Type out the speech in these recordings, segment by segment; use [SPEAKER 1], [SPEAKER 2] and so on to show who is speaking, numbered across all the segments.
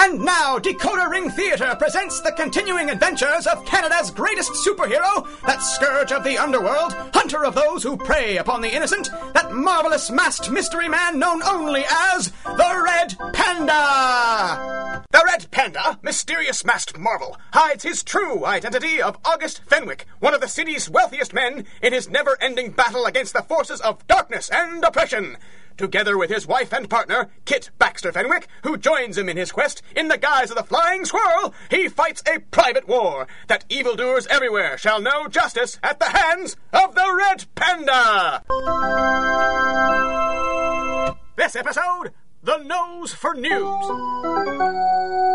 [SPEAKER 1] And now, Dakota Ring Theater presents the continuing adventures of Canada's greatest superhero, that scourge of the underworld, hunter of those who prey upon the innocent, that marvelous masked mystery man known only as the Red Panda! The Red Panda, mysterious masked marvel, hides his true identity of August Fenwick, one of the city's wealthiest men, in his never ending battle against the forces of darkness and oppression together with his wife and partner, Kit Baxter Fenwick, who joins him in his quest in the guise of the Flying Squirrel, he fights a private war that evildoers everywhere shall know justice at the hands of the Red Panda. This episode, The Nose for News.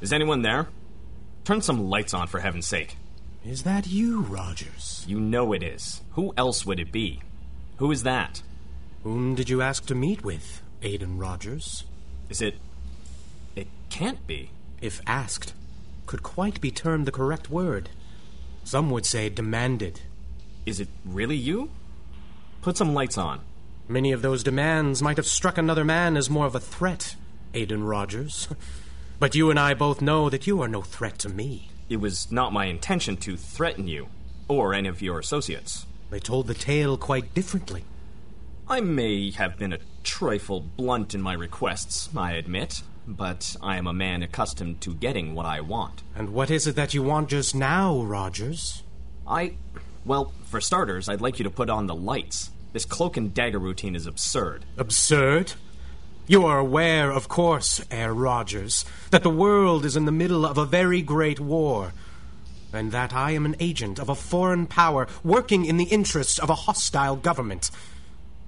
[SPEAKER 2] Is anyone there? Turn some lights on for heaven's sake.
[SPEAKER 3] Is that you, Rogers?
[SPEAKER 2] You know it is. Who else would it be? Who is that?
[SPEAKER 3] Whom did you ask to meet with, Aiden Rogers?
[SPEAKER 2] Is it. It can't be.
[SPEAKER 3] If asked, could quite be termed the correct word. Some would say demanded.
[SPEAKER 2] Is it really you? Put some lights on.
[SPEAKER 3] Many of those demands might have struck another man as more of a threat, Aiden Rogers. but you and I both know that you are no threat to me.
[SPEAKER 2] It was not my intention to threaten you, or any of your associates.
[SPEAKER 3] They told the tale quite differently.
[SPEAKER 2] I may have been a trifle blunt in my requests, I admit, but I am a man accustomed to getting what I want.
[SPEAKER 3] And what is it that you want just now, Rogers?
[SPEAKER 2] I. Well, for starters, I'd like you to put on the lights. This cloak and dagger routine is absurd.
[SPEAKER 3] Absurd? You are aware, of course, Herr Rogers, that the world is in the middle of a very great war, and that I am an agent of a foreign power working in the interests of a hostile government.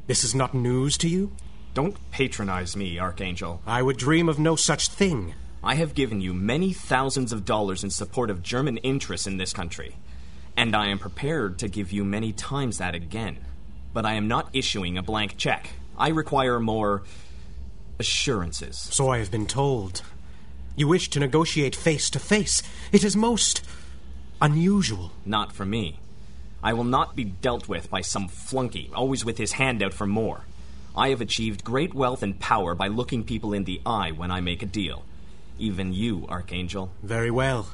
[SPEAKER 3] This is not news to you?
[SPEAKER 2] Don't patronize me, Archangel.
[SPEAKER 3] I would dream of no such thing.
[SPEAKER 2] I have given you many thousands of dollars in support of German interests in this country, and I am prepared to give you many times that again. But I am not issuing a blank check. I require more assurances.
[SPEAKER 3] So I have been told. You wish to negotiate face to face. It is most unusual.
[SPEAKER 2] Not for me. I will not be dealt with by some flunky, always with his hand out for more. I have achieved great wealth and power by looking people in the eye when I make a deal. Even you, Archangel.
[SPEAKER 3] Very well.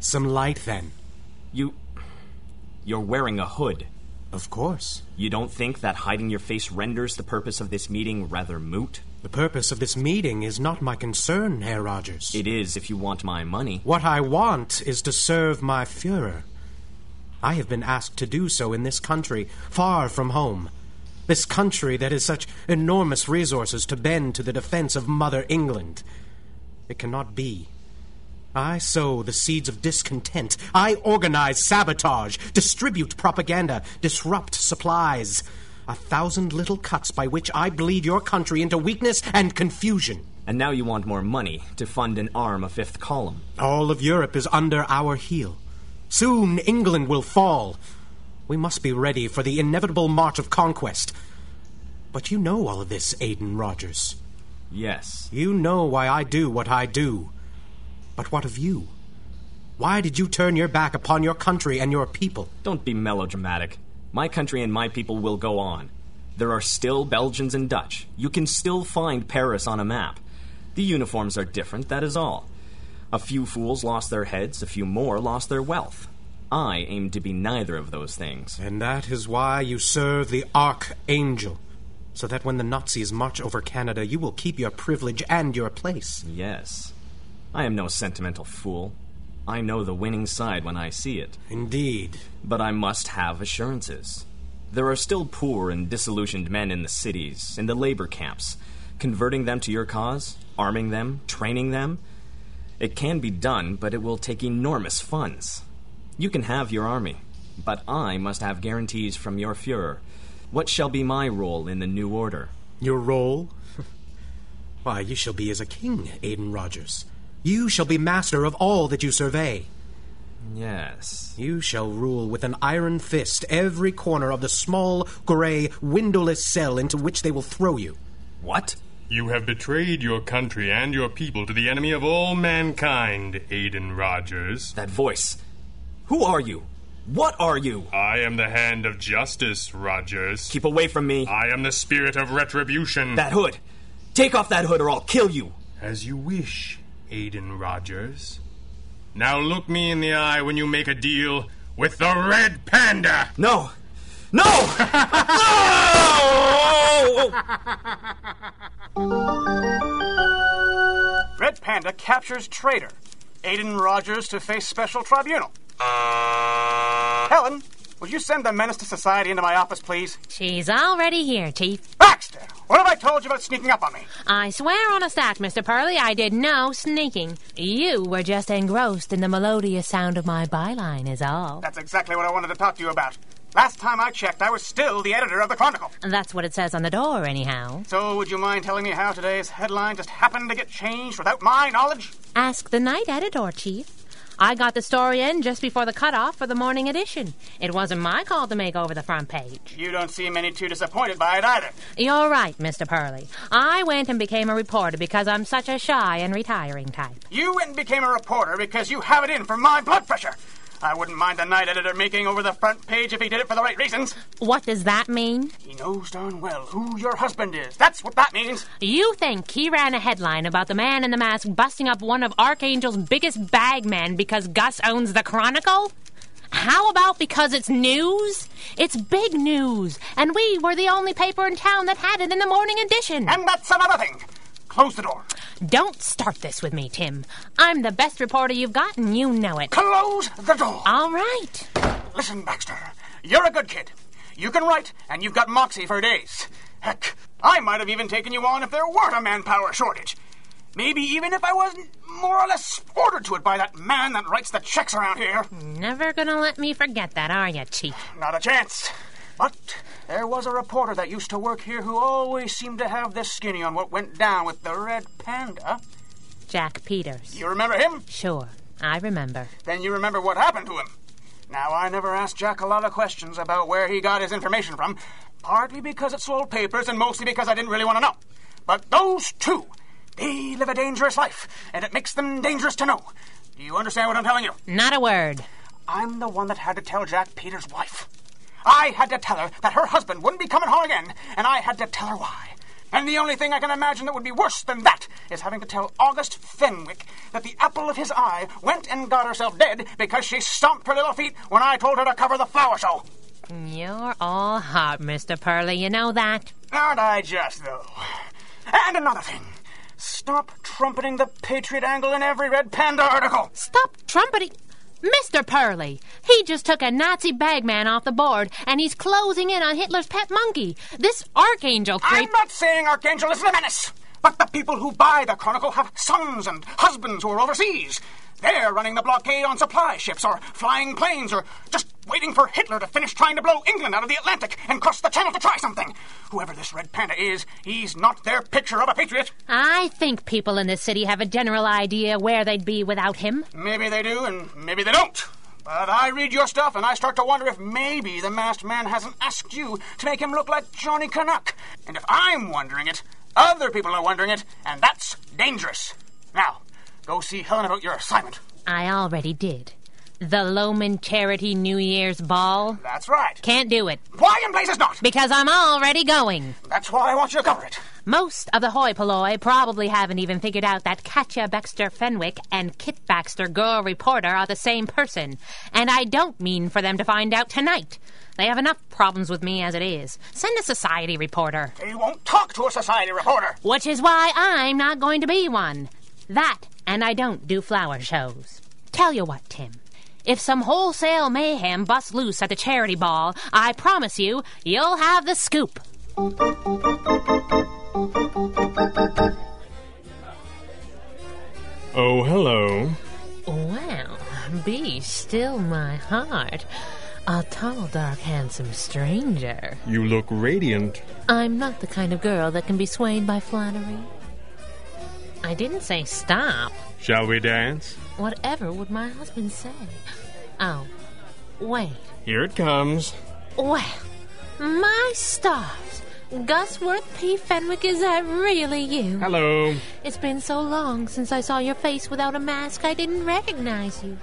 [SPEAKER 3] Some light then.
[SPEAKER 2] You. You're wearing a hood.
[SPEAKER 3] Of course.
[SPEAKER 2] You don't think that hiding your face renders the purpose of this meeting rather moot?
[SPEAKER 3] The purpose of this meeting is not my concern, Herr Rogers.
[SPEAKER 2] It is if you want my money.
[SPEAKER 3] What I want is to serve my Fuhrer. I have been asked to do so in this country, far from home. This country that has such enormous resources to bend to the defense of Mother England. It cannot be. I sow the seeds of discontent. I organize sabotage, distribute propaganda, disrupt supplies. A thousand little cuts by which I bleed your country into weakness and confusion.
[SPEAKER 2] And now you want more money to fund an arm of Fifth Column.
[SPEAKER 3] All of Europe is under our heel. Soon England will fall. We must be ready for the inevitable march of conquest. But you know all of this, Aiden Rogers.
[SPEAKER 2] Yes.
[SPEAKER 3] You know why I do what I do. But what of you? Why did you turn your back upon your country and your people?
[SPEAKER 2] Don't be melodramatic. My country and my people will go on. There are still Belgians and Dutch. You can still find Paris on a map. The uniforms are different, that is all. A few fools lost their heads, a few more lost their wealth. I aim to be neither of those things.
[SPEAKER 3] And that is why you serve the Archangel, so that when the Nazis march over Canada, you will keep your privilege and your place.
[SPEAKER 2] Yes. I am no sentimental fool. I know the winning side when I see it.
[SPEAKER 3] Indeed.
[SPEAKER 2] But I must have assurances. There are still poor and disillusioned men in the cities, in the labor camps. Converting them to your cause, arming them, training them. It can be done, but it will take enormous funds. You can have your army, but I must have guarantees from your Fuhrer. What shall be my role in the new order?
[SPEAKER 3] Your role? Why, you shall be as a king, Aiden Rogers. You shall be master of all that you survey.
[SPEAKER 2] Yes.
[SPEAKER 3] You shall rule with an iron fist every corner of the small, gray, windowless cell into which they will throw you.
[SPEAKER 2] What?
[SPEAKER 4] You have betrayed your country and your people to the enemy of all mankind, Aiden Rogers.
[SPEAKER 2] That voice. Who are you? What are you?
[SPEAKER 4] I am the hand of justice, Rogers.
[SPEAKER 2] Keep away from me.
[SPEAKER 4] I am the spirit of retribution.
[SPEAKER 2] That hood. Take off that hood or I'll kill you.
[SPEAKER 4] As you wish, Aiden Rogers. Now look me in the eye when you make a deal with the Red Panda.
[SPEAKER 2] No. No! no!
[SPEAKER 5] Red Panda captures traitor. Aiden Rogers to face special tribunal. Helen, would you send the menace to society into my office, please?
[SPEAKER 6] She's already here, Chief.
[SPEAKER 5] Baxter, what have I told you about sneaking up on me?
[SPEAKER 6] I swear on a stack, Mr. Purley, I did no sneaking. You were just engrossed in the melodious sound of my byline, is all.
[SPEAKER 5] That's exactly what I wanted to talk to you about. Last time I checked, I was still the editor of the Chronicle.
[SPEAKER 6] That's what it says on the door, anyhow.
[SPEAKER 5] So, would you mind telling me how today's headline just happened to get changed without my knowledge?
[SPEAKER 6] Ask the night editor, Chief. I got the story in just before the cutoff for the morning edition. It wasn't my call to make over the front page.
[SPEAKER 5] You don't seem any too disappointed by it either.
[SPEAKER 6] You're right, Mr. Purley. I went and became a reporter because I'm such a shy and retiring type.
[SPEAKER 5] You went and became a reporter because you have it in for my blood pressure. I wouldn't mind the night editor making over the front page if he did it for the right reasons.
[SPEAKER 6] What does that mean?
[SPEAKER 5] He knows darn well who your husband is. That's what that means.
[SPEAKER 6] You think he ran a headline about the man in the mask busting up one of Archangel's biggest bagmen because Gus owns the Chronicle? How about because it's news? It's big news, and we were the only paper in town that had it in the morning edition.
[SPEAKER 5] And that's another thing. Close the door.
[SPEAKER 6] Don't start this with me, Tim. I'm the best reporter you've got, and you know it.
[SPEAKER 5] Close the door.
[SPEAKER 6] All right.
[SPEAKER 5] Listen, Baxter, you're a good kid. You can write, and you've got moxie for days. Heck, I might have even taken you on if there weren't a manpower shortage. Maybe even if I wasn't more or less ordered to it by that man that writes the checks around here.
[SPEAKER 6] Never gonna let me forget that, are you, Chief?
[SPEAKER 5] Not a chance. But there was a reporter that used to work here who always seemed to have this skinny on what went down with the red panda.
[SPEAKER 6] Jack Peters.
[SPEAKER 5] You remember him?
[SPEAKER 6] Sure, I remember.
[SPEAKER 5] Then you remember what happened to him. Now, I never asked Jack a lot of questions about where he got his information from, partly because it sold papers and mostly because I didn't really want to know. But those two, they live a dangerous life, and it makes them dangerous to know. Do you understand what I'm telling you?
[SPEAKER 6] Not a word.
[SPEAKER 5] I'm the one that had to tell Jack Peter's wife. I had to tell her that her husband wouldn't be coming home again, and I had to tell her why. And the only thing I can imagine that would be worse than that is having to tell August Fenwick that the apple of his eye went and got herself dead because she stomped her little feet when I told her to cover the flower show.
[SPEAKER 6] You're all heart, Mr. Purley, you know that.
[SPEAKER 5] Aren't I just, though? And another thing. Stop trumpeting the Patriot angle in every Red Panda article.
[SPEAKER 6] Stop trumpeting. Mr. Purley, he just took a Nazi bagman off the board, and he's closing in on Hitler's pet monkey. This archangel creep.
[SPEAKER 5] I'm not saying Archangel is a menace, but the people who buy the Chronicle have sons and husbands who are overseas. They're running the blockade on supply ships or flying planes or just waiting for Hitler to finish trying to blow England out of the Atlantic and cross the channel to try something. Whoever this red panda is, he's not their picture of a patriot.
[SPEAKER 6] I think people in this city have a general idea where they'd be without him.
[SPEAKER 5] Maybe they do, and maybe they don't. But I read your stuff, and I start to wonder if maybe the masked man hasn't asked you to make him look like Johnny Canuck. And if I'm wondering it, other people are wondering it, and that's dangerous. Now, go see Helen about your assignment.
[SPEAKER 6] I already did. The Loman Charity New Year's Ball.
[SPEAKER 5] That's right.
[SPEAKER 6] Can't do it,
[SPEAKER 5] Why in blazes not?
[SPEAKER 6] because I'm already going.
[SPEAKER 5] That's why I want you to cover it.
[SPEAKER 6] Most of the hoi polloi probably haven't even figured out that Katya Baxter Fenwick and Kit Baxter, girl reporter, are the same person. And I don't mean for them to find out tonight. They have enough problems with me as it is. Send a society reporter,
[SPEAKER 5] They won't talk to a society reporter.
[SPEAKER 6] which is why I'm not going to be one. That, and I don't do flower shows. Tell you what, Tim. If some wholesale mayhem busts loose at the charity ball, I promise you, you'll have the scoop.
[SPEAKER 4] Oh, hello.
[SPEAKER 6] Well, be still my heart. A tall, dark, handsome stranger.
[SPEAKER 4] You look radiant.
[SPEAKER 6] I'm not the kind of girl that can be swayed by flattery. I didn't say stop.
[SPEAKER 4] Shall we dance?
[SPEAKER 6] Whatever would my husband say? Oh, wait.
[SPEAKER 4] Here it comes.
[SPEAKER 6] Well, my stars. Gusworth P. Fenwick, is that really you?
[SPEAKER 4] Hello. Oh,
[SPEAKER 6] It's been so long since I saw your face without a mask, I didn't recognize you.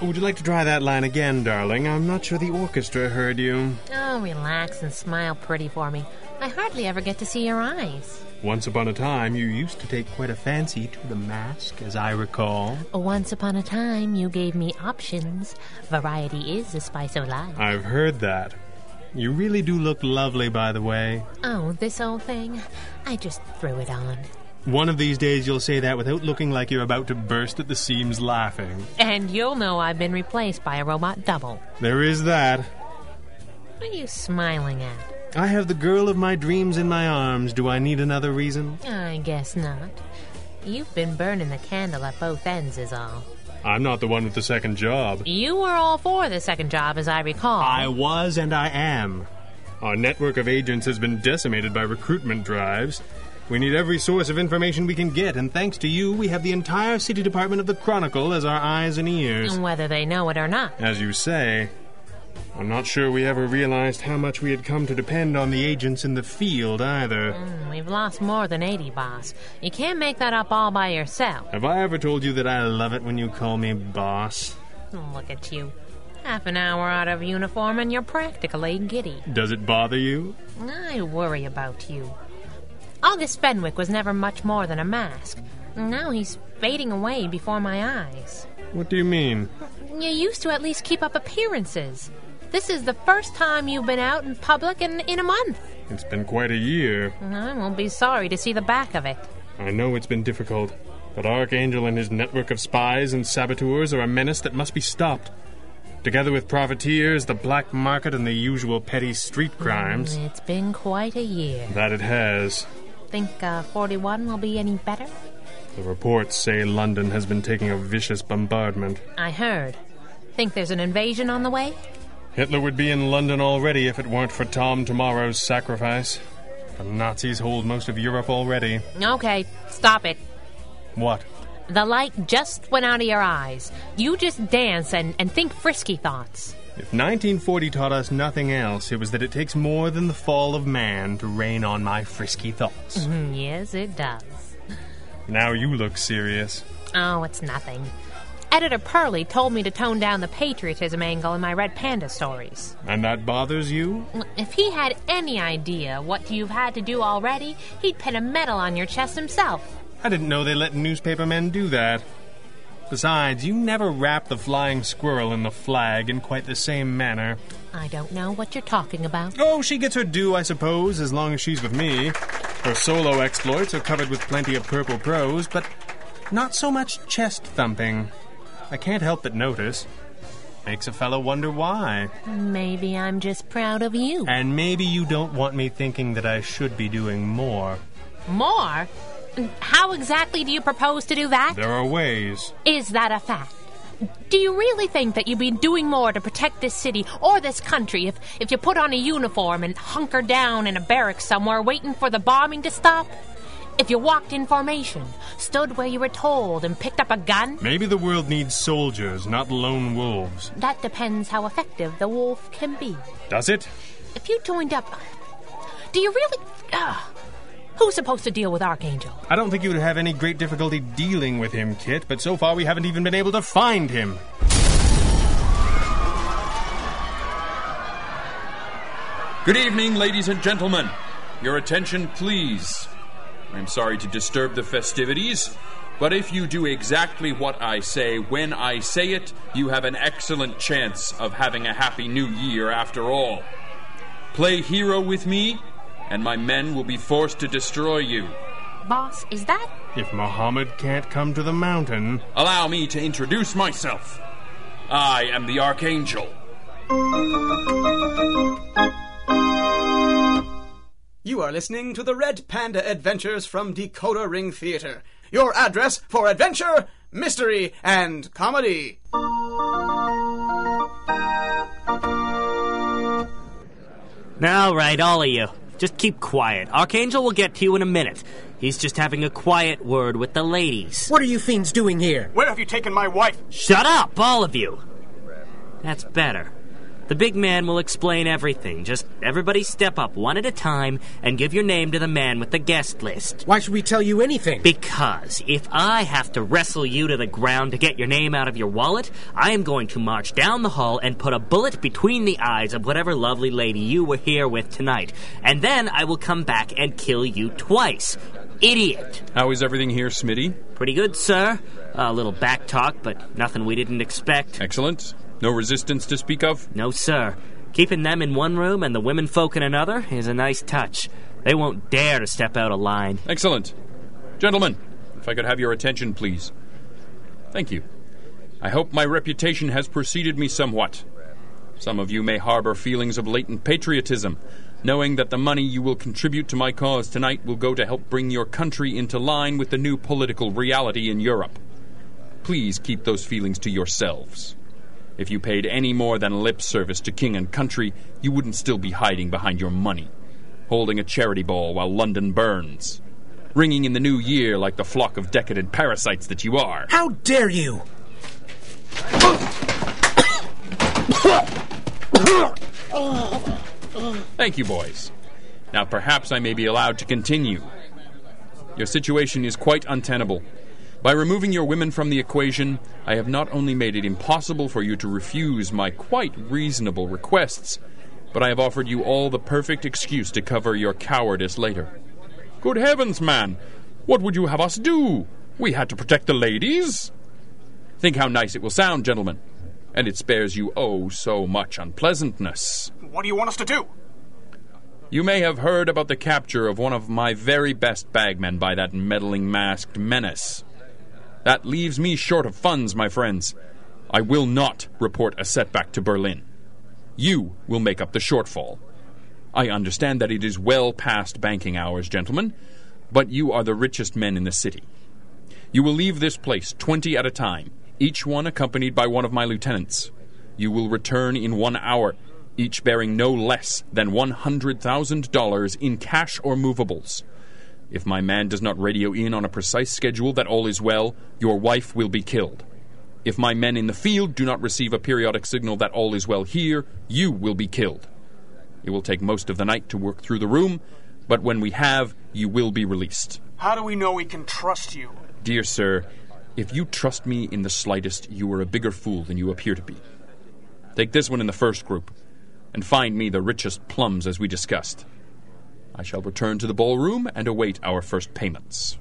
[SPEAKER 4] Would you like to try that line again, darling? I'm not sure the orchestra heard you.
[SPEAKER 6] Oh, relax and smile pretty for me. I hardly ever get to see your eyes.
[SPEAKER 4] Once upon a time, you used to take quite a fancy to the mask, as I recall.
[SPEAKER 6] Once upon a time, you gave me options. Variety is the spice of life.
[SPEAKER 4] I've heard that. You really do look lovely, by the way.
[SPEAKER 6] Oh, this old thing. I just threw it on.
[SPEAKER 4] One of these days, you'll say that without looking like you're about to burst at the seams laughing.
[SPEAKER 6] And you'll know I've been replaced by a robot double.
[SPEAKER 4] There is that.
[SPEAKER 6] What are you smiling at?
[SPEAKER 4] I have the girl of my dreams in my arms. Do I need another reason?
[SPEAKER 6] I guess not. You've been burning the candle at both ends, is all.
[SPEAKER 4] I'm not the one with the second job.
[SPEAKER 6] You were all for the second job, as I recall.
[SPEAKER 4] I was and I am. Our network of agents has been decimated by recruitment drives. We need every source of information we can get, and thanks to you, we have the entire city department of the Chronicle as our eyes and ears.
[SPEAKER 6] Whether they know it or not.
[SPEAKER 4] As you say, I'm not sure we ever realized how much we had come to depend on the agents in the field either.
[SPEAKER 6] Mm, We've lost more than 80, boss. You can't make that up all by yourself.
[SPEAKER 4] Have I ever told you that I love it when you call me boss?
[SPEAKER 6] Look at you. Half an hour out of uniform and you're practically giddy.
[SPEAKER 4] Does it bother you?
[SPEAKER 6] I worry about you. August Fenwick was never much more than a mask. Now he's fading away before my eyes.
[SPEAKER 4] What do you mean?
[SPEAKER 6] You used to at least keep up appearances. This is the first time you've been out in public in, in a month.
[SPEAKER 4] It's been quite a year.
[SPEAKER 6] I won't be sorry to see the back of it.
[SPEAKER 4] I know it's been difficult, but Archangel and his network of spies and saboteurs are a menace that must be stopped. Together with profiteers, the black market, and the usual petty street crimes.
[SPEAKER 6] Mm, It's been quite a year.
[SPEAKER 4] That it has.
[SPEAKER 6] Think uh, 41 will be any better?
[SPEAKER 4] The reports say London has been taking a vicious bombardment.
[SPEAKER 6] I heard. Think there's an invasion on the way?
[SPEAKER 4] Hitler would be in London already if it weren't for Tom Tomorrow's sacrifice. The Nazis hold most of Europe already.
[SPEAKER 6] Okay, stop it.
[SPEAKER 4] What?
[SPEAKER 6] The light just went out of your eyes. You just dance and, and think frisky thoughts.
[SPEAKER 4] If 1940 taught us nothing else, it was that it takes more than the fall of man to rain on my frisky thoughts.
[SPEAKER 6] Mm, Yes, it does.
[SPEAKER 4] Now you look serious.
[SPEAKER 6] Oh, it's nothing. Editor Purley told me to tone down the patriotism angle in my Red Panda stories.
[SPEAKER 4] And that bothers you?
[SPEAKER 6] If he had any idea what you've had to do already, he'd pin a medal on your chest himself.
[SPEAKER 4] I didn't know they let newspaper men do that. Besides, you never wrap the flying squirrel in the flag in quite the same manner.
[SPEAKER 6] I don't know what you're talking about.
[SPEAKER 4] Oh, she gets her due, I suppose, as long as she's with me. Her solo exploits are covered with plenty of purple prose, but not so much chest thumping. I can't help but notice. Makes a fellow wonder why.
[SPEAKER 6] Maybe I'm just proud of you.
[SPEAKER 4] And maybe you don't want me thinking that I should be doing more.
[SPEAKER 6] More? How exactly do you propose to do that?
[SPEAKER 4] There are ways.
[SPEAKER 6] Is that a fact? Do you really think that you'd be doing more to protect this city or this country if, if you put on a uniform and hunker down in a barracks somewhere waiting for the bombing to stop? If you walked in formation, stood where you were told, and picked up a gun?
[SPEAKER 4] Maybe the world needs soldiers, not lone wolves.
[SPEAKER 6] That depends how effective the wolf can be.
[SPEAKER 4] Does it?
[SPEAKER 6] If you joined up. Do you really. Ugh. who's supposed to deal with Archangel?
[SPEAKER 4] I don't think you would have any great difficulty dealing with him, Kit, but so far we haven't even been able to find him.
[SPEAKER 7] Good evening, ladies and gentlemen. Your attention, please. I'm sorry to disturb the festivities, but if you do exactly what I say when I say it, you have an excellent chance of having a happy new year after all. Play hero with me, and my men will be forced to destroy you.
[SPEAKER 6] Boss, is that.
[SPEAKER 4] If Muhammad can't come to the mountain,
[SPEAKER 7] Allow me to introduce myself. I am the Archangel.
[SPEAKER 1] You are listening to the Red Panda Adventures from Dakota Ring Theater. Your address for adventure, mystery, and comedy.
[SPEAKER 8] All right, all of you. Just keep quiet. Archangel will get to you in a minute.
[SPEAKER 2] He's just having a quiet word with the ladies.
[SPEAKER 3] What are you fiends doing here?
[SPEAKER 9] Where have you taken my wife?
[SPEAKER 2] Shut up, all of you! That's better. The big man will explain everything. Just everybody step up one at a time and give your name to the man with the guest list.
[SPEAKER 3] Why should we tell you anything?
[SPEAKER 2] Because if I have to wrestle you to the ground to get your name out of your wallet, I am going to march down the hall and put a bullet between the eyes of whatever lovely lady you were here with tonight. And then I will come back and kill you twice. Idiot!
[SPEAKER 1] How is everything here, Smitty?
[SPEAKER 2] Pretty good, sir. A little back talk, but nothing we didn't expect.
[SPEAKER 1] Excellent. No resistance to speak of?
[SPEAKER 2] No, sir. Keeping them in one room and the women folk in another is a nice touch. They won't dare to step out of line.
[SPEAKER 1] Excellent. Gentlemen, if I could have your attention, please. Thank you. I hope my reputation has preceded me somewhat. Some of you may harbor feelings of latent patriotism, knowing that the money you will contribute to my cause tonight will go to help bring your country into line with the new political reality in Europe. Please keep those feelings to yourselves. If you paid any more than lip service to king and country, you wouldn't still be hiding behind your money, holding a charity ball while London burns, ringing in the new year like the flock of decadent parasites that you are.
[SPEAKER 3] How dare you?
[SPEAKER 1] Thank you, boys. Now perhaps I may be allowed to continue. Your situation is quite untenable. By removing your women from the equation, I have not only made it impossible for you to refuse my quite reasonable requests, but I have offered you all the perfect excuse to cover your cowardice later. Good heavens, man! What would you have us do? We had to protect the ladies! Think how nice it will sound, gentlemen. And it spares you oh so much unpleasantness.
[SPEAKER 9] What do you want us to do?
[SPEAKER 1] You may have heard about the capture of one of my very best bagmen by that meddling masked menace. That leaves me short of funds, my friends. I will not report a setback to Berlin. You will make up the shortfall. I understand that it is well past banking hours, gentlemen, but you are the richest men in the city. You will leave this place twenty at a time, each one accompanied by one of my lieutenants. You will return in one hour, each bearing no less than $100,000 in cash or movables. If my man does not radio in on a precise schedule that all is well, your wife will be killed. If my men in the field do not receive a periodic signal that all is well here, you will be killed. It will take most of the night to work through the room, but when we have, you will be released.
[SPEAKER 9] How do we know we can trust you?
[SPEAKER 1] Dear sir, if you trust me in the slightest, you are a bigger fool than you appear to be. Take this one in the first group, and find me the richest plums as we discussed. I shall return to the ballroom and await our first payments.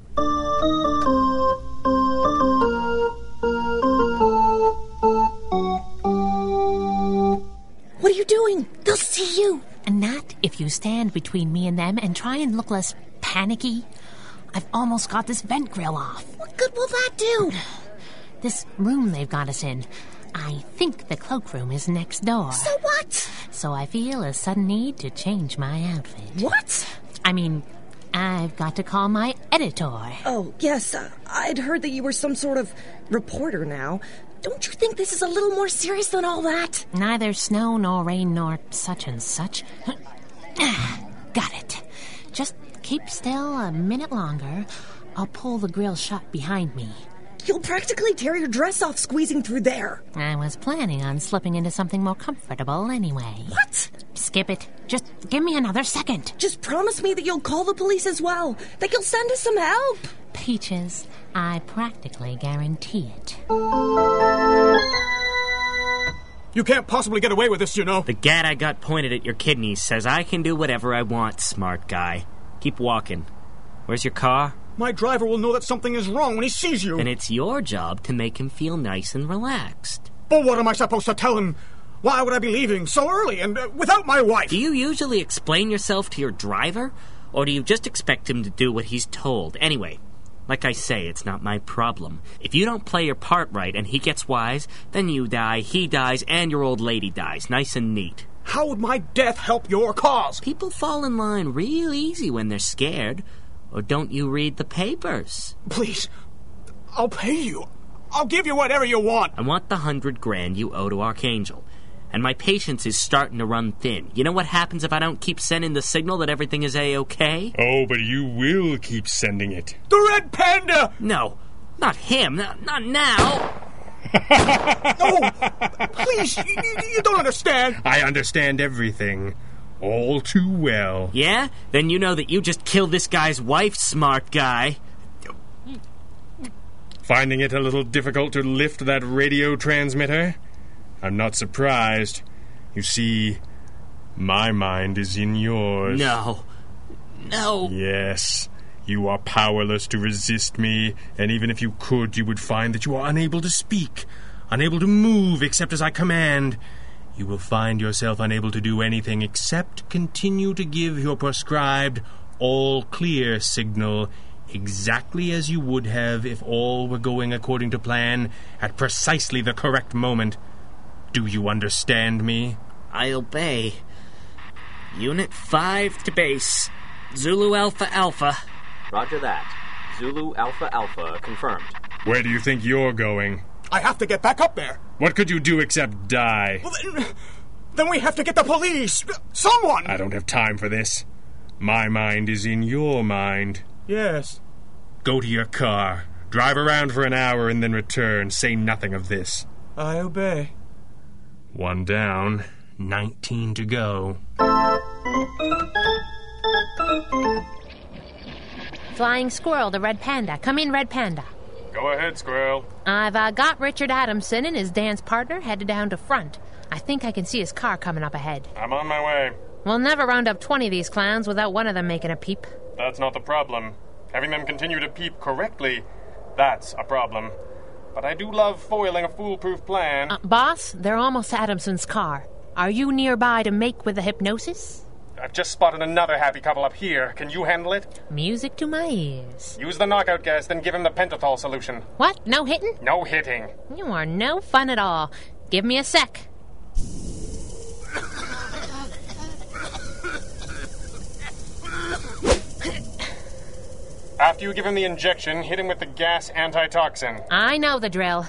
[SPEAKER 5] What are you doing? They'll see you.
[SPEAKER 6] And not if you stand between me and them and try and look less panicky. I've almost got this vent grill off.
[SPEAKER 5] What good will that do?
[SPEAKER 6] This room they've got us in. I think the cloakroom is next door.
[SPEAKER 5] So what?
[SPEAKER 6] So I feel a sudden need to change my outfit.
[SPEAKER 5] What?
[SPEAKER 6] I mean, I've got to call my editor.
[SPEAKER 5] Oh, yes, uh, I'd heard that you were some sort of reporter now. Don't you think this is a little more serious than all that?
[SPEAKER 6] Neither snow nor rain nor such and such. Ah, got it. Just keep still a minute longer. I'll pull the grill shut behind me.
[SPEAKER 5] You'll practically tear your dress off squeezing through there.
[SPEAKER 6] I was planning on slipping into something more comfortable anyway.
[SPEAKER 5] What?
[SPEAKER 6] Skip it. Just give me another second.
[SPEAKER 5] Just promise me that you'll call the police as well, that you'll send us some help.
[SPEAKER 6] Peaches, I practically guarantee it.
[SPEAKER 9] You can't possibly get away with this, you know.
[SPEAKER 2] The gat I got pointed at your kidneys says I can do whatever I want, smart guy. Keep walking. Where's your car?
[SPEAKER 9] My driver will know that something is wrong when he sees you.
[SPEAKER 2] And it's your job to make him feel nice and relaxed.
[SPEAKER 9] But what am I supposed to tell him? Why would I be leaving so early and uh, without my wife?
[SPEAKER 2] Do you usually explain yourself to your driver? Or do you just expect him to do what he's told? Anyway, like I say, it's not my problem. If you don't play your part right and he gets wise, then you die, he dies, and your old lady dies. Nice and neat.
[SPEAKER 9] How would my death help your cause?
[SPEAKER 2] People fall in line real easy when they're scared. Or don't you read the papers?
[SPEAKER 9] Please, I'll pay you. I'll give you whatever you want.
[SPEAKER 2] I want the hundred grand you owe to Archangel. and my patience is starting to run thin. You know what happens if I don't keep sending the signal that everything is A OK?
[SPEAKER 4] Oh, but you will keep sending it.
[SPEAKER 10] The Red Panda!
[SPEAKER 2] No, not him. Not, not now.
[SPEAKER 10] Please, you, you, you don't understand.
[SPEAKER 4] I understand everything. All too well.
[SPEAKER 2] Yeah? Then you know that you just killed this guy's wife, smart guy.
[SPEAKER 4] Finding it a little difficult to lift that radio transmitter? I'm not surprised. You see, my mind is in yours.
[SPEAKER 2] No. No.
[SPEAKER 4] Yes. You are powerless to resist me, and even if you could, you would find that you are unable to speak, unable to move except as I command. You will find yourself unable to do anything except continue to give your prescribed all clear signal exactly as you would have if all were going according to plan at precisely the correct moment. Do you understand me?
[SPEAKER 2] I obey. Unit 5 to base. Zulu Alpha Alpha.
[SPEAKER 11] Roger that. Zulu Alpha Alpha confirmed.
[SPEAKER 4] Where do you think you're going?
[SPEAKER 10] I have to get back up there.
[SPEAKER 4] What could you do except die?
[SPEAKER 10] Well, then, then we have to get the police. Someone!
[SPEAKER 4] I don't have time for this. My mind is in your mind.
[SPEAKER 10] Yes.
[SPEAKER 4] Go to your car, drive around for an hour, and then return. Say nothing of this.
[SPEAKER 10] I obey.
[SPEAKER 4] One down, 19 to go.
[SPEAKER 6] Flying squirrel to Red Panda. Come in, Red Panda.
[SPEAKER 4] Go ahead, Squirrel.
[SPEAKER 6] I've uh, got Richard Adamson and his dance partner headed down to front. I think I can see his car coming up ahead.
[SPEAKER 4] I'm on my way.
[SPEAKER 6] We'll never round up 20 of these clowns without one of them making a peep.
[SPEAKER 4] That's not the problem. Having them continue to peep correctly, that's a problem. But I do love foiling a foolproof plan.
[SPEAKER 6] Uh, boss, they're almost to Adamson's car. Are you nearby to make with the hypnosis?
[SPEAKER 4] I've just spotted another happy couple up here. Can you handle it?
[SPEAKER 6] Music to my ears.
[SPEAKER 4] Use the knockout gas, then give him the pentothal solution.
[SPEAKER 6] What? No hitting?
[SPEAKER 4] No hitting.
[SPEAKER 6] You are no fun at all. Give me a sec.
[SPEAKER 4] After you give him the injection, hit him with the gas antitoxin.
[SPEAKER 6] I know the drill.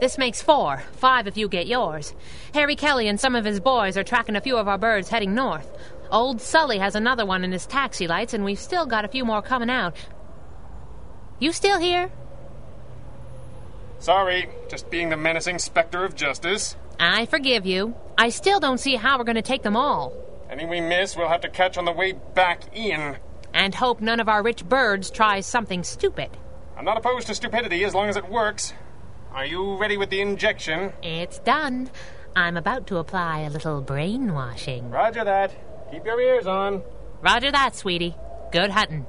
[SPEAKER 6] This makes four, five if you get yours. Harry Kelly and some of his boys are tracking a few of our birds heading north. Old Sully has another one in his taxi lights, and we've still got a few more coming out. You still here?
[SPEAKER 4] Sorry, just being the menacing specter of justice.
[SPEAKER 6] I forgive you. I still don't see how we're going to take them all.
[SPEAKER 4] Any we miss, we'll have to catch on the way back in.
[SPEAKER 6] And hope none of our rich birds tries something stupid.
[SPEAKER 4] I'm not opposed to stupidity as long as it works. Are you ready with the injection?
[SPEAKER 6] It's done. I'm about to apply a little brainwashing.
[SPEAKER 4] Roger that. Keep your ears on.
[SPEAKER 6] Roger that, sweetie. Good hunting.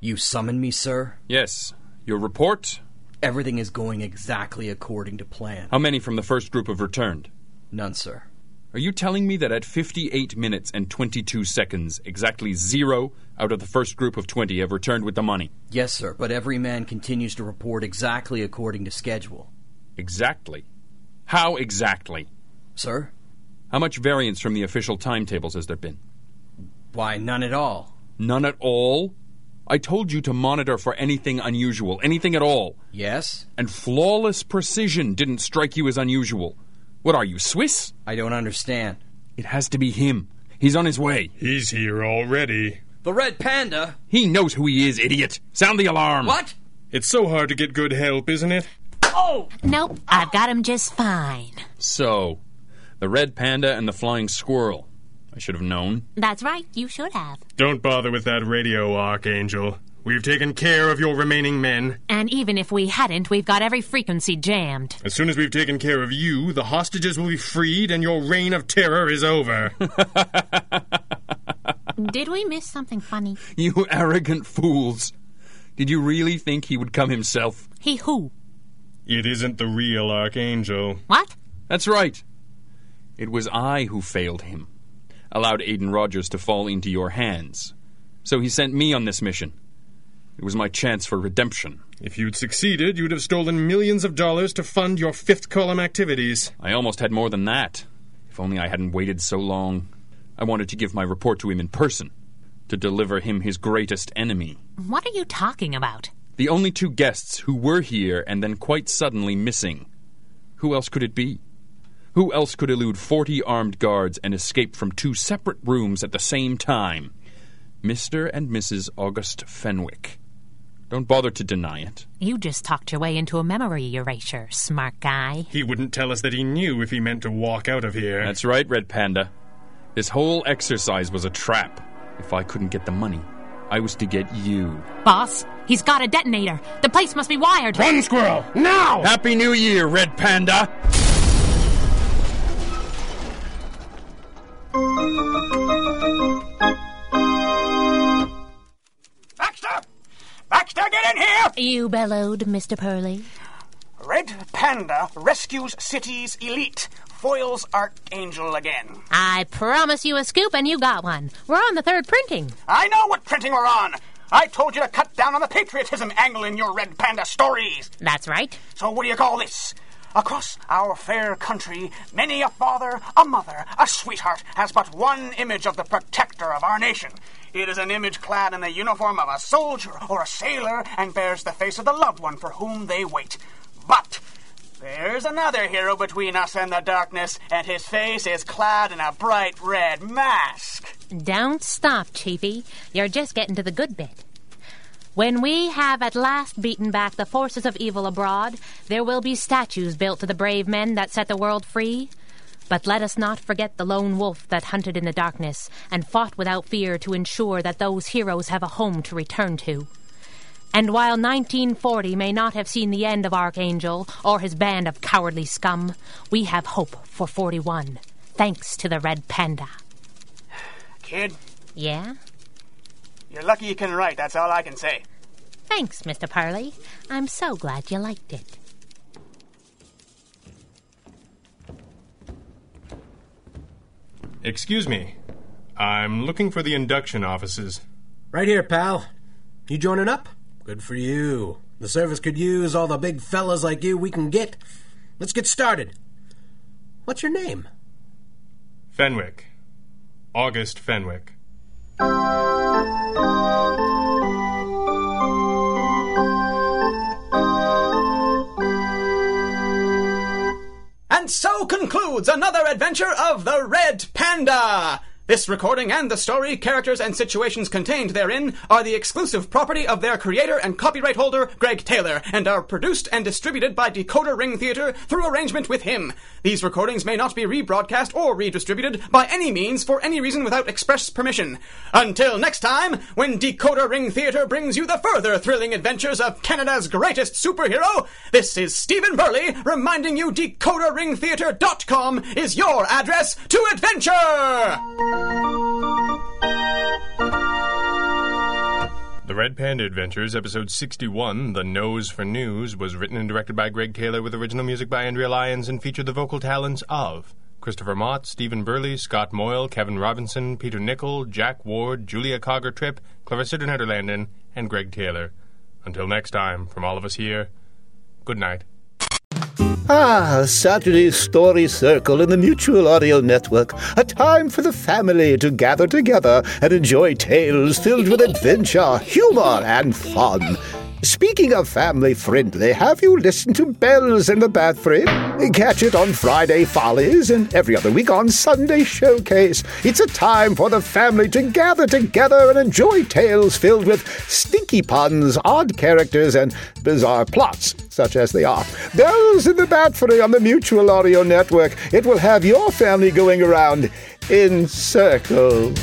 [SPEAKER 12] You summon me, sir?
[SPEAKER 1] Yes. Your report?
[SPEAKER 12] Everything is going exactly according to plan.
[SPEAKER 5] Um,
[SPEAKER 1] How many from the first group have returned?
[SPEAKER 12] None, sir.
[SPEAKER 1] Are you telling me that at 58 minutes and 22 seconds, exactly zero out of the first group of 20 have returned with the money?
[SPEAKER 12] Yes, sir, but every man continues to report exactly according to schedule.
[SPEAKER 1] Exactly. How exactly?
[SPEAKER 12] Sir?
[SPEAKER 1] How much variance from the official timetables has there been?
[SPEAKER 12] Why, none at all.
[SPEAKER 1] None at all? I told you to monitor for anything unusual, anything at all.
[SPEAKER 12] Yes?
[SPEAKER 1] And flawless precision didn't strike you as unusual. What are you, Swiss?
[SPEAKER 12] I don't understand.
[SPEAKER 1] It has to be him. He's on his way.
[SPEAKER 4] He's here already.
[SPEAKER 12] The red panda?
[SPEAKER 1] He knows who he is, idiot. Sound the alarm.
[SPEAKER 12] What?
[SPEAKER 4] It's so hard to get good help, isn't it?
[SPEAKER 12] Oh!
[SPEAKER 6] Nope, I've got him just fine.
[SPEAKER 1] So, the red panda and the flying squirrel. I should have known.
[SPEAKER 6] That's right, you should have.
[SPEAKER 4] Don't bother with that radio, Archangel. We've taken care of your remaining men.
[SPEAKER 6] And even if we hadn't, we've got every frequency jammed.
[SPEAKER 4] As soon as we've taken care of you, the hostages will be freed and your reign of terror is over.
[SPEAKER 6] Did we miss something funny?
[SPEAKER 1] You arrogant fools. Did you really think he would come himself?
[SPEAKER 6] He who?
[SPEAKER 4] it isn't the real Archangel.
[SPEAKER 6] What?
[SPEAKER 1] That's right. It was I who failed him, allowed Aiden Rogers to fall into your hands. So he sent me on this mission. It was my chance for redemption.
[SPEAKER 4] If you'd succeeded, you'd have stolen millions of dollars to fund your fifth column activities.
[SPEAKER 1] I almost had more than that. If only I hadn't waited so long. I wanted to give my report to him in person, to deliver him his greatest enemy.
[SPEAKER 6] What are you talking about?
[SPEAKER 1] The only two guests who were here and then quite suddenly missing.
[SPEAKER 7] Who else could it be? Who else could elude 40 armed guards and escape from two separate rooms at the same time? Mr. and Mrs. August Fenwick. Don't bother to deny it.
[SPEAKER 6] You just talked your way into a memory erasure, smart guy.
[SPEAKER 4] He wouldn't tell us that he knew if he meant to walk out of here.
[SPEAKER 7] That's right, Red Panda. This whole exercise was a trap. If I couldn't get the money, I was to get you.
[SPEAKER 6] Boss, he's got a detonator. The place must be wired.
[SPEAKER 7] Run, squirrel!
[SPEAKER 4] Now!
[SPEAKER 7] Happy New Year, Red Panda!
[SPEAKER 5] Baxter! Baxter, get in here!
[SPEAKER 6] You bellowed, Mr. Purley.
[SPEAKER 5] Red Panda rescues city's elite, foils Archangel again.
[SPEAKER 6] I promise you a scoop, and you got one. We're on the third printing.
[SPEAKER 5] I know what printing we're on. I told you to cut down on the patriotism angle in your Red Panda stories.
[SPEAKER 6] That's right.
[SPEAKER 5] So what do you call this? Across our fair country, many a father, a mother, a sweetheart has but one image of the protector of our nation. It is an image clad in the uniform of a soldier or a sailor and bears the face of the loved one for whom they wait. But there's another hero between us and the darkness, and his face is clad in a bright red mask.
[SPEAKER 6] Don't stop, Chiefy. You're just getting to the good bit. When we have at last beaten back the forces of evil abroad, there will be statues built to the brave men that set the world free. But let us not forget the lone wolf that hunted in the darkness and fought without fear to ensure that those heroes have a home to return to. And while 1940 may not have seen the end of Archangel or his band of cowardly scum, we have hope for 41, thanks to the Red Panda.
[SPEAKER 5] Kid,
[SPEAKER 6] Yeah?
[SPEAKER 5] you're lucky you can write, that's all I can say.
[SPEAKER 6] Thanks, Mr. Parley. I'm so glad you liked it.
[SPEAKER 4] Excuse me. I'm looking for the induction offices.
[SPEAKER 3] Right here, pal. You joining up? Good for you. The service could use all the big fellas like you we can get. Let's get started. What's your name?
[SPEAKER 4] Fenwick. August Fenwick.
[SPEAKER 1] And so concludes another adventure of the Red Panda! This recording and the story, characters, and situations contained therein are the exclusive property of their creator and copyright holder, Greg Taylor, and are produced and distributed by Decoder Ring Theater through arrangement with him. These recordings may not be rebroadcast or redistributed by any means for any reason without express permission. Until next time, when Decoder Ring Theater brings you the further thrilling adventures of Canada's greatest superhero, this is Stephen Burley reminding you DecoderRingTheater.com is your address to adventure!
[SPEAKER 4] The Red Panda Adventures, episode 61, The Nose for News, was written and directed by Greg Taylor with original music by Andrea Lyons and featured the vocal talents of Christopher Mott, Stephen Burley, Scott Moyle, Kevin Robinson, Peter Nichol, Jack Ward, Julia Cogger Tripp, Clarissa Nederlanden, and Greg Taylor. Until next time, from all of us here, good night.
[SPEAKER 13] Ah, Saturday's Story Circle in the Mutual Audio Network. A time for the family to gather together and enjoy tales filled with adventure, humor, and fun. Speaking of family friendly, have you listened to Bells in the Bathroom? Catch it on Friday Follies and every other week on Sunday Showcase. It's a time for the family to gather together and enjoy tales filled with stinky puns, odd characters, and bizarre plots, such as they are. Bells in the Battery on the Mutual Audio Network. It will have your family going around in circles.